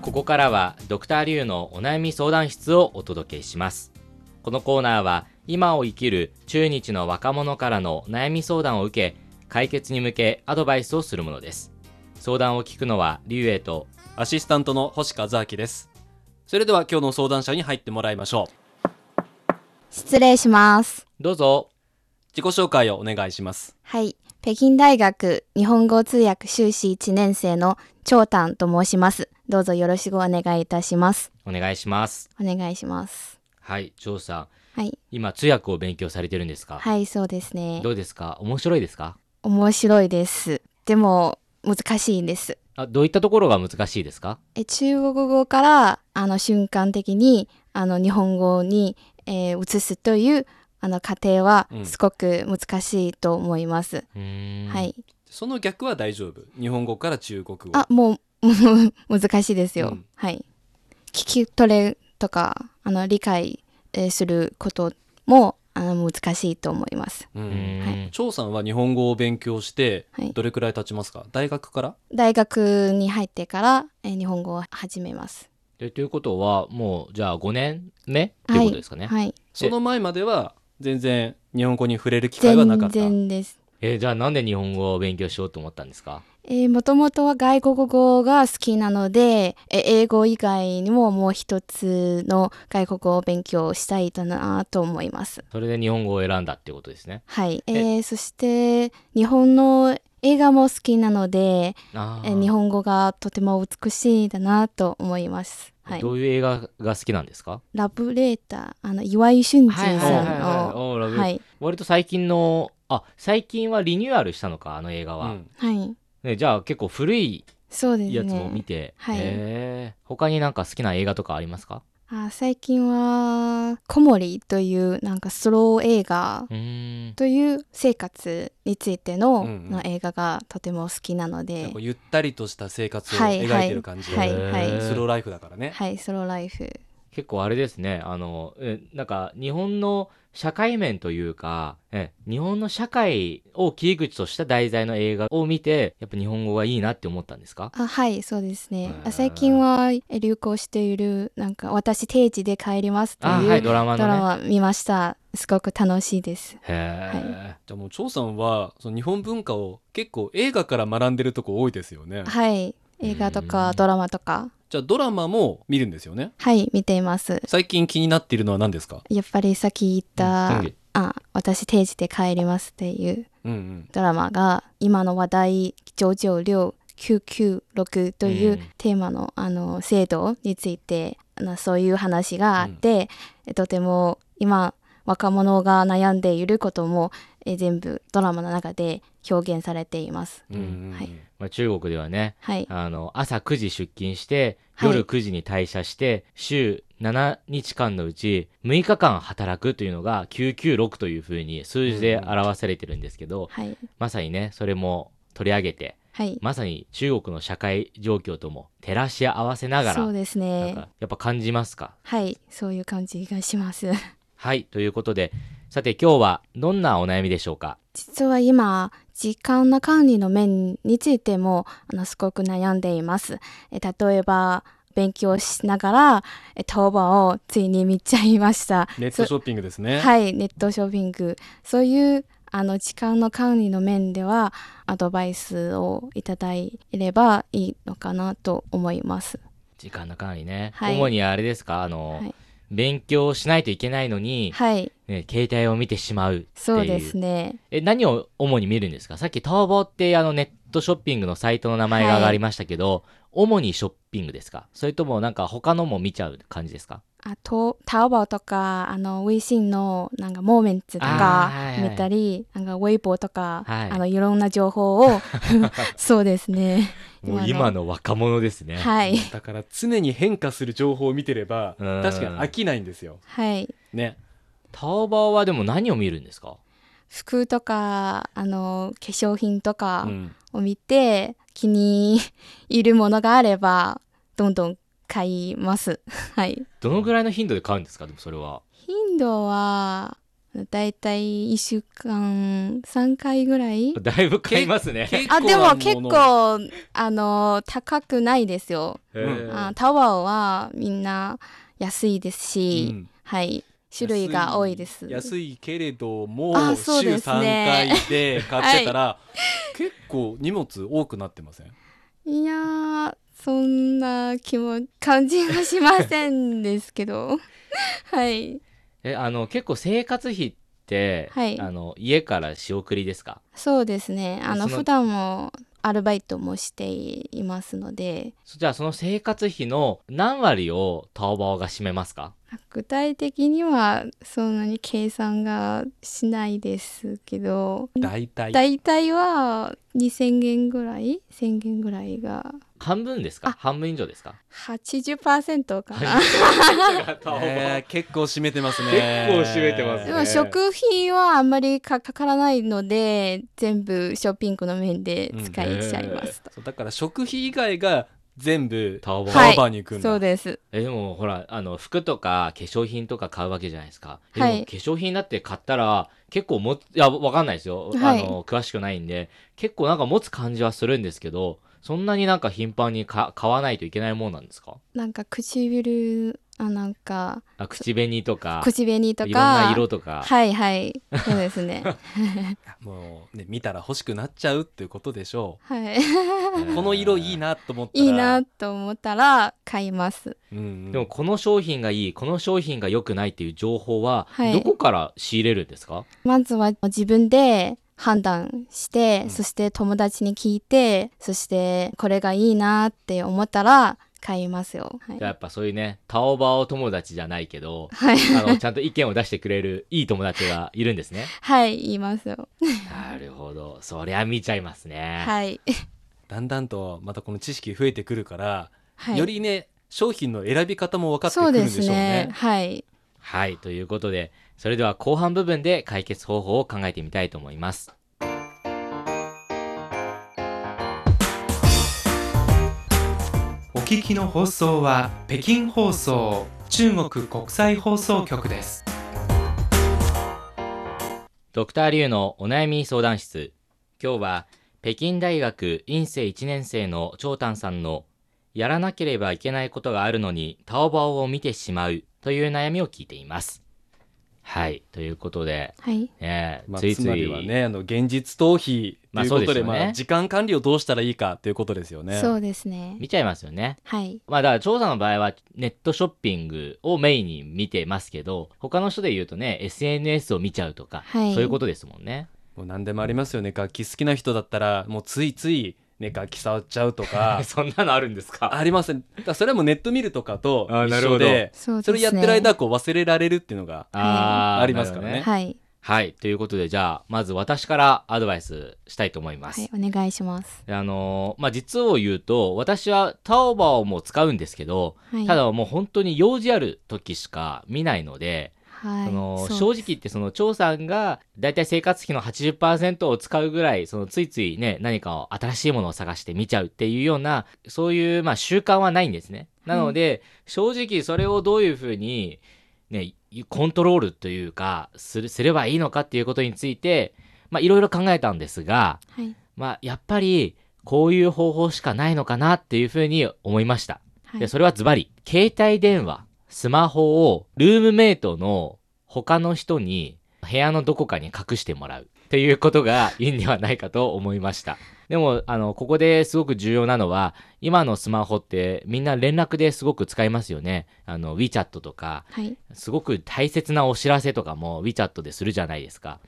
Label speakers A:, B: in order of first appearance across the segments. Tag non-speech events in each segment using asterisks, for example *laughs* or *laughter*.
A: ここからはドクターリュウのお悩み相談室をお届けしますこのコーナーは今を生きる中日の若者からの悩み相談を受け解決に向けアドバイスをするものです相談を聞くのはリュウエイと
B: アシスタントの星和明です。それでは今日の相談者に入ってもらいましょう。
C: 失礼します。
A: どうぞ
B: 自己紹介をお願いします。
C: はい。北京大学日本語通訳修士1年生の長丹と申します。どうぞよろしくお願いいたします。
A: お願いします
C: お願いします。
A: はい張さん
C: はい。
A: 今通訳を勉強されてるんですか、
C: はい、そうですね
A: ど。うですか面白いですか
C: 面白いです。でも、難しいんです。
A: あどういったところが難しいですか
C: え中国語から、あの、瞬間的に、あの、日本語に、えー移すという、あの、過程は
B: う、ん
C: すごく難しいと思います。
A: うーん
C: はい。
B: その逆は大丈夫。日本語から中国語。
C: あ、もう、 *laughs* 難しいですよ。
B: うん
C: はい。聞き取れとか、あの、理解えーすることも、あの、難しいと思います。
B: う。
A: うんーん、
C: は
B: 張さんは日本語を勉強して
C: はい、
B: どれくらい経ちますか大学から
C: 大学に入ってから、えー日本語を始めます。
A: でということはもうじゃあ5年目っていうことですかね、
C: はい。
B: その前までは全然日本語に触れる機会はなか
C: 全
B: った。
C: 然です。
A: えーじゃあなんで日本語を勉強しようと思ったんですか
C: えー、もともとは外国語が好きなので、えー英語以外にももう一つの外国語を勉強したいだなと思います。
A: それで日本語を選んだっていうことですね
C: はい、え
B: え
C: ーそして日本の映画も好きなので、
A: あ
C: え
A: ー
C: ー日本語がとても美しいだなと思います。はい
A: ど、ういう映画が好きなんですか
C: ラブレーターあの岩井俊二さん
B: はいはい
C: の
A: おーラブ
C: はい
A: 割と最近のあ最近はリニューアルしたのかあの映画
B: う
A: は、
B: ん
C: はい
A: ね、じゃあ結構古い
C: そうですね
A: やつも見て、
C: はい
A: へー他になんか好きな映画とかありますか
C: あ最近は「コモリ」というなんかスロー映画
A: うーん
C: という生活について
B: う
C: の,、
B: んうん
C: の映画がとても好きなの
B: なん
C: で
B: かゆったりとした生活を
C: はい
B: 描いてる感じ。
C: はい
A: へー
C: はい
B: スローライフだからね。
C: はいソロライフ
A: 結構あれですねあのえなんか日本の社会面というかえ日本の社会を切り口とした題材の映画を見てやっぱ日本語がいいなって思ったんですか
C: あはいそうですね
A: へー
C: あ最近はえ流行しているなんか「私定時で帰ります」と
A: あ
C: いう、
A: はいドラマ
C: ド
A: の
C: ラ
A: ね
C: マ見ましたすごく楽しいです
A: へ
B: じゃあもう張さんはその日本文化を結構映画から学んでるとこ多いですよね。
C: はい映画とかドラマとか
B: じゃあドラマも見るんですよね。
C: はい見ています
B: 最近気になっているのは何ですか
C: やっぱりさっき言っ
A: え、
C: た、
A: うん
C: あ私定時で帰りますっていう
B: うんうん。
C: ドラマが今の話題996996といううんテーマの,、あの制度についてなそういう話があって、とても今若者が悩んでいることもえ全部ドラマの中で表現されています。
B: うんうんうん
C: はい
A: まあ、中国ではね
C: はい、
A: あの朝9時出勤して
C: はい
A: 夜9時に退社して、週7日間のうち6日間働くというのが996というふうに数字で表されてるんですけど、
C: はい、
A: まさにねそれも取り上げて
C: はい、
A: まさに中国の社会状況とも照らし合わせながら
C: そうです
A: なん
C: ね。
A: かやっぱ感じますか
C: はい、そういう感じがします。 *laughs*
A: はいということでさて今日はどんなお悩みでしょうか
C: 実は今時間の管理の面についてもあのすごく悩んでいます。え例えば勉強しながらえ当番をついに見ちゃいました。
B: ネットショッピングですね。
C: はい、ネットショッピング。そういうあの時間の管理の面ではアドバイスをいただければいいのかなと思います。
A: 時間の管理ね、
C: はい
A: 主にあれですかあの、
C: はい
A: 勉強しないといけないのに、
C: はい、
A: ね、携帯を見てしまうっていう
C: そうですね。
A: え何を主に見るんですかさっきタオボってあのネットショッピングのサイトの名前が上がりましたけど、主にショッピングですかそれともなんか他のも見ちゃう感じですか
C: あと、タオバオとか、あの、微信の、なんか、モーメンツと
A: あ
C: か
A: ーはいはい
C: 見たり、なんか、ウェイボーとか、
A: はい
C: あの、いろんな情報
A: *laughs*
C: を、 *laughs* そうですね。
A: もう今の若者ですね、
C: はい。
B: だから常に変化する情報を見てれば
A: うん
B: 確かに飽きないんですよ。
C: はい。
B: ね。
A: タオバはでも何を見るんですか
C: 服とか、あの、化粧品とか
B: うん
C: を見て、気に入るものがあれば、どんどん買います。はい。 *laughs*
A: どのぐらいの頻度で買うんですかでもそれは
C: 頻度は、だいたい1週間3回ぐらい
A: だいぶ買いますね。
B: 結構
C: あで
B: な
C: も
B: もの
C: 結構あの高くないですよ、
A: へ
C: あ
A: ー
C: タワーはみんな安いですし、
B: うん
C: はい種類が多いです
B: 安いけれども
C: あ
B: 週
C: そうです
B: 3
C: ね
B: 回で買ってたら、結構荷物多くなってません
C: いやーそんな気も感じはしませんですけど *laughs* はい
A: えあの結構生活費って、
C: はい
A: あの家から仕送りですか
C: そうですねあ
A: そ
C: の
A: の
C: 普段もアルバイトもしていますので
A: そじゃあその生活費の何割をタオバオが占めますか
C: 具体的にはそんなに計算がしないですけど
B: 大体
C: 大体は2,000円ぐらい1,000円ぐらいが
A: 半分ですか
C: あ
A: 半分以上ですか
C: 80%かな。
B: ねえ結構占めてますね
A: 結構占めてます
C: で
A: ね
C: も食品はあんまりかかからないので全部ショッピングの面で使いちゃいますと、
B: そうだから食費以外が全部
A: タオバオ、
C: はい
B: タワーに行くんだ、
C: そうです
A: えでもほらあの服とか化粧品とか買うわけじゃないですかでも、
C: はい
A: 化粧品だって買ったら結構もいやわかんないですよ、
C: はい
A: あの詳しくないんで結構なんか持つ感じはするんですけどそんなになんか頻繁にか買わないといけないもんなんですか
C: なんか唇あなんか
A: あ口紅とか
C: 口紅とか
A: いろんな色とか、
C: はいはいそうですね
B: もうね見たら欲しくなっちゃうっていうことでしょ
A: *laughs*
C: はい *laughs*
B: うこの色いいなと思ったら
C: いいなと思ったら買います
B: うんうん
A: でもこの商品がいいこの商品が良くないっていう情報は
C: はい
A: どこから仕入れるんですか、
C: まずは自分で判断して、
B: うん
C: そして友達に聞いてそしてこれがいいなって思ったら買いますよ、はい
A: じゃあやっぱそういうねタオバオ友達じゃないけど
C: はい、
A: あのちゃんと意見を出してくれるいい友達がいるんですね
C: はい、言いますよ。
A: なるほどそりゃ見ちゃいますね、
C: はい。
B: だんだんとまたこの知識増えてくるから、
C: はい。
B: よりね商品の選び方も分かって
C: そ
B: くる
C: うん
B: で
C: で
B: し
C: す
B: ょう
C: ね
B: ね。
C: はい。
A: はい、ということで、それでは後半部分で解決方法を考えてみたいと思います。
D: お聞きの放送は北京放送中国国際放送局です。
A: ドクターリュウのお悩み相談室。今日は北京大学院生1年生の長丹さんのやらなければいけないことがあるのにタオバオを見てしまうという悩みを聞いています。はい、ということで、
C: はい。
A: ね
B: まあ、
A: ついつ
B: つ
A: い
B: まりはねあの現実逃避と
A: まあ
B: いう
A: そう
B: こ
A: です
B: とで,、
A: よ
B: ま
A: ね
B: あ時間管理をどうしたらいいかということですよね。
C: そうですね。
A: 見ちゃいますよね。
C: はい。
A: まあだから長さんの場合はネットショッピングをメインに見てますけど他の人で言うとね SNS を見ちゃうとか、
C: はい
A: そういうことですもんね。
B: もう何でもありますよね楽器好きな人だったらもうついつい、ね、楽器触っちゃうと
A: *laughs*
B: か
A: そんなのあるんですか
B: ありますねだからそれはもうネット見るとかと
A: あーな
B: 一
A: るほど
B: 緒で
C: そうです
B: そ
C: ね。
B: れやってる間はこう忘れられるっていうのが
A: あー
B: ありますからね
A: なるほど
C: はい。
A: はい。ということで、じゃあ、まず私からアドバイスしたいと思います。
C: はい。お願いします。
A: であのーまあ、実を言うと、私はタオバオも使うんですけど、
C: はい。
A: ただもう本当に用事ある時しか見ないので、
C: はい。
A: その
C: そう
A: 正直言ってその張さんがだいたい生活費の80%を使うぐらいそのついついね何かを新しいものを探して見ちゃうっていうようなそういうまあ習慣はないんですね。なので、正直それをどういうふうにねコントロールというかするすればいいのかっていうことについてまあいろいろ考えたんですが
C: はい。
A: まあやっぱりこういう方法しかないのかなっていうふうに思いました。
C: は
A: で
C: い。
A: それはズバリ携帯電話スマホをルームメイトの他の人に部屋のどこかに隠してもらうっていうことがいいんではないかと思いましたでもあのここですごく重要なのは今のスマホってみんな連絡ですごく使いますよねあの WeChat とか
C: はい。
A: すごく大切なお知らせとかも WeChat でするじゃないですか。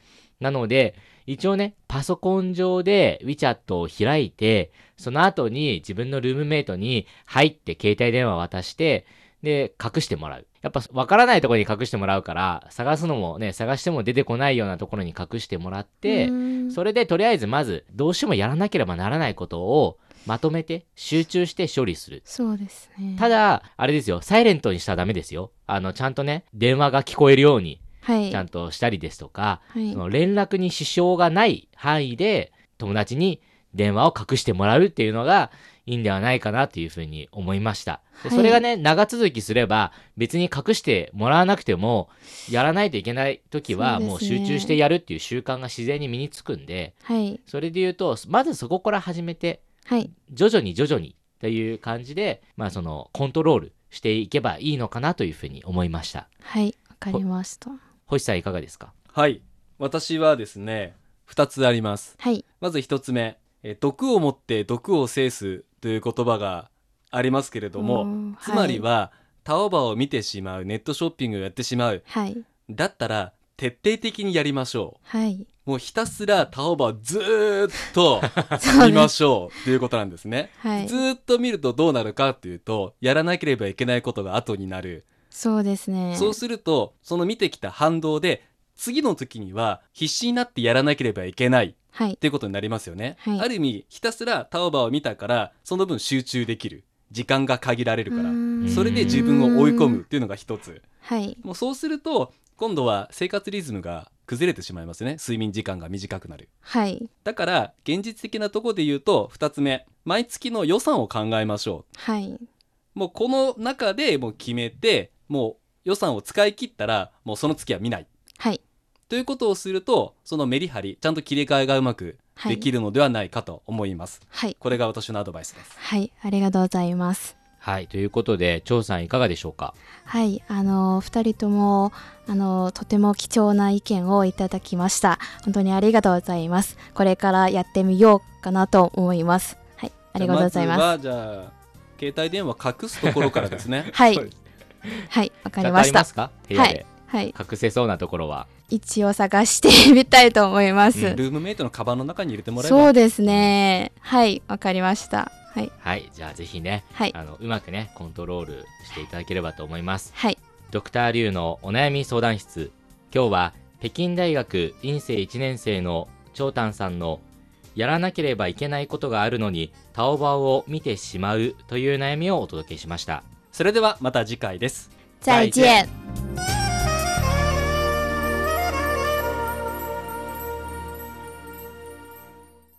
A: なので、一応ね、パソコン上で WeChat を開いて、その後に自分のルームメイトに入って携帯電話渡して、で、隠してもらう。やっぱ分からないところに隠してもらうから、探すのもね、探しても出てこないようなところに隠してもらって
C: う、ーん
A: それでとりあえずまず、どうしてもやらなければならないことをまとめて、集中して処理する。
C: そうですね。
A: ただ、あれですよ、サイレントにしたらダメですよ。あの、ちゃんとね、電話が聞こえるように、
C: はい。
A: ちゃんとしたりですとか、
C: はい
A: そ。の連絡に支障がない範囲で、友達に電話を隠してもらうっていうのが、いいんではないかなというふうに思いました。で
C: はい
A: それがね、長続きすれば、別に隠してもらわなくても、やらないといけない時は、
C: そうですね
A: もう集中してやるっていう習慣が自然に身につくんで、
C: はい
A: それで言うと、まずそこから始めて、
C: はい
A: 徐々に徐々にという感じで、まあその、コントロールしていけばいいのかなというふうに思いました。
C: はいわかりました
A: 星さんいかがですか
B: はい私はですね2つあります
C: はい
B: まず1つ目えー毒をもって毒を制すという言葉がありますけれど
C: う
B: も
C: ん
B: つまりは、タオバを見てしまうネットショッピングをやってしまう
C: はい
B: だったら徹底的にやりましょ
C: はい、
B: うもうひたすらタオバをずーっ
C: *laughs*
B: と
C: そう
B: 見
C: で
B: ますしょうということなんですね
C: はい
B: ずーっと見るとどうなるかというとやらなければいけないことが後になる、
C: そうですね
B: そうするとその見てきた反動で次の時には必死になってやらなければいけない
C: はい
B: っていうことになりますよね、
C: はい
B: ある意味ひたすらタオバを見たからその分集中できる時間が限られるか
C: う
B: ら
C: ーん
B: それで自分を追い込むっていうのが一つ
C: はい
B: もうそうすると今度は生活リズムが崩れてしまいますね睡眠時間が短くなる
C: はい
B: だから現実的なところで言うと2つ目毎月の予算を考えましょう
C: はい
B: もうこの中でもう決めてもう予算を使い切ったらもうその月は見ない
C: はい
B: ということをするとそのメリハリちゃんと切り替えがうまく
C: はい
B: できるのではないかと思います、
C: はい
B: これが私のアドバイスです
C: はいありがとうございます
A: はい、ということで、張さんいかがでしょうか
C: はい、あの二人ともあのとても貴重な意見をいただきました。本当にありがとうございます。これからやってみようかなと思います。はい、ありがとうございます。
B: じゃあまずはじゃあ携帯電話隠すところからです
C: *laughs*
B: ね
C: はいはい、わかりまし
A: ちゃんとありま
C: た。
A: すか部屋で
C: はい、
A: 隠せそうなところは。
C: 一応探してみたいと思います。
A: うん
B: ルームメイトのカバンの中に入れてもらえば
C: そうですね。はい、わかりました。はい、
A: はい、じゃあぜひね、
C: はい、
A: あのうまくねコントロールしていただければと思います
C: はい、
A: ドクターリュウのお悩み相談室今日は北京大学院生1年生の長丹さんのやらなければいけないことがあるのにタオバオを見てしまうという悩みをお届けしました
B: それではまた次回です
C: 再
A: 再
C: 见。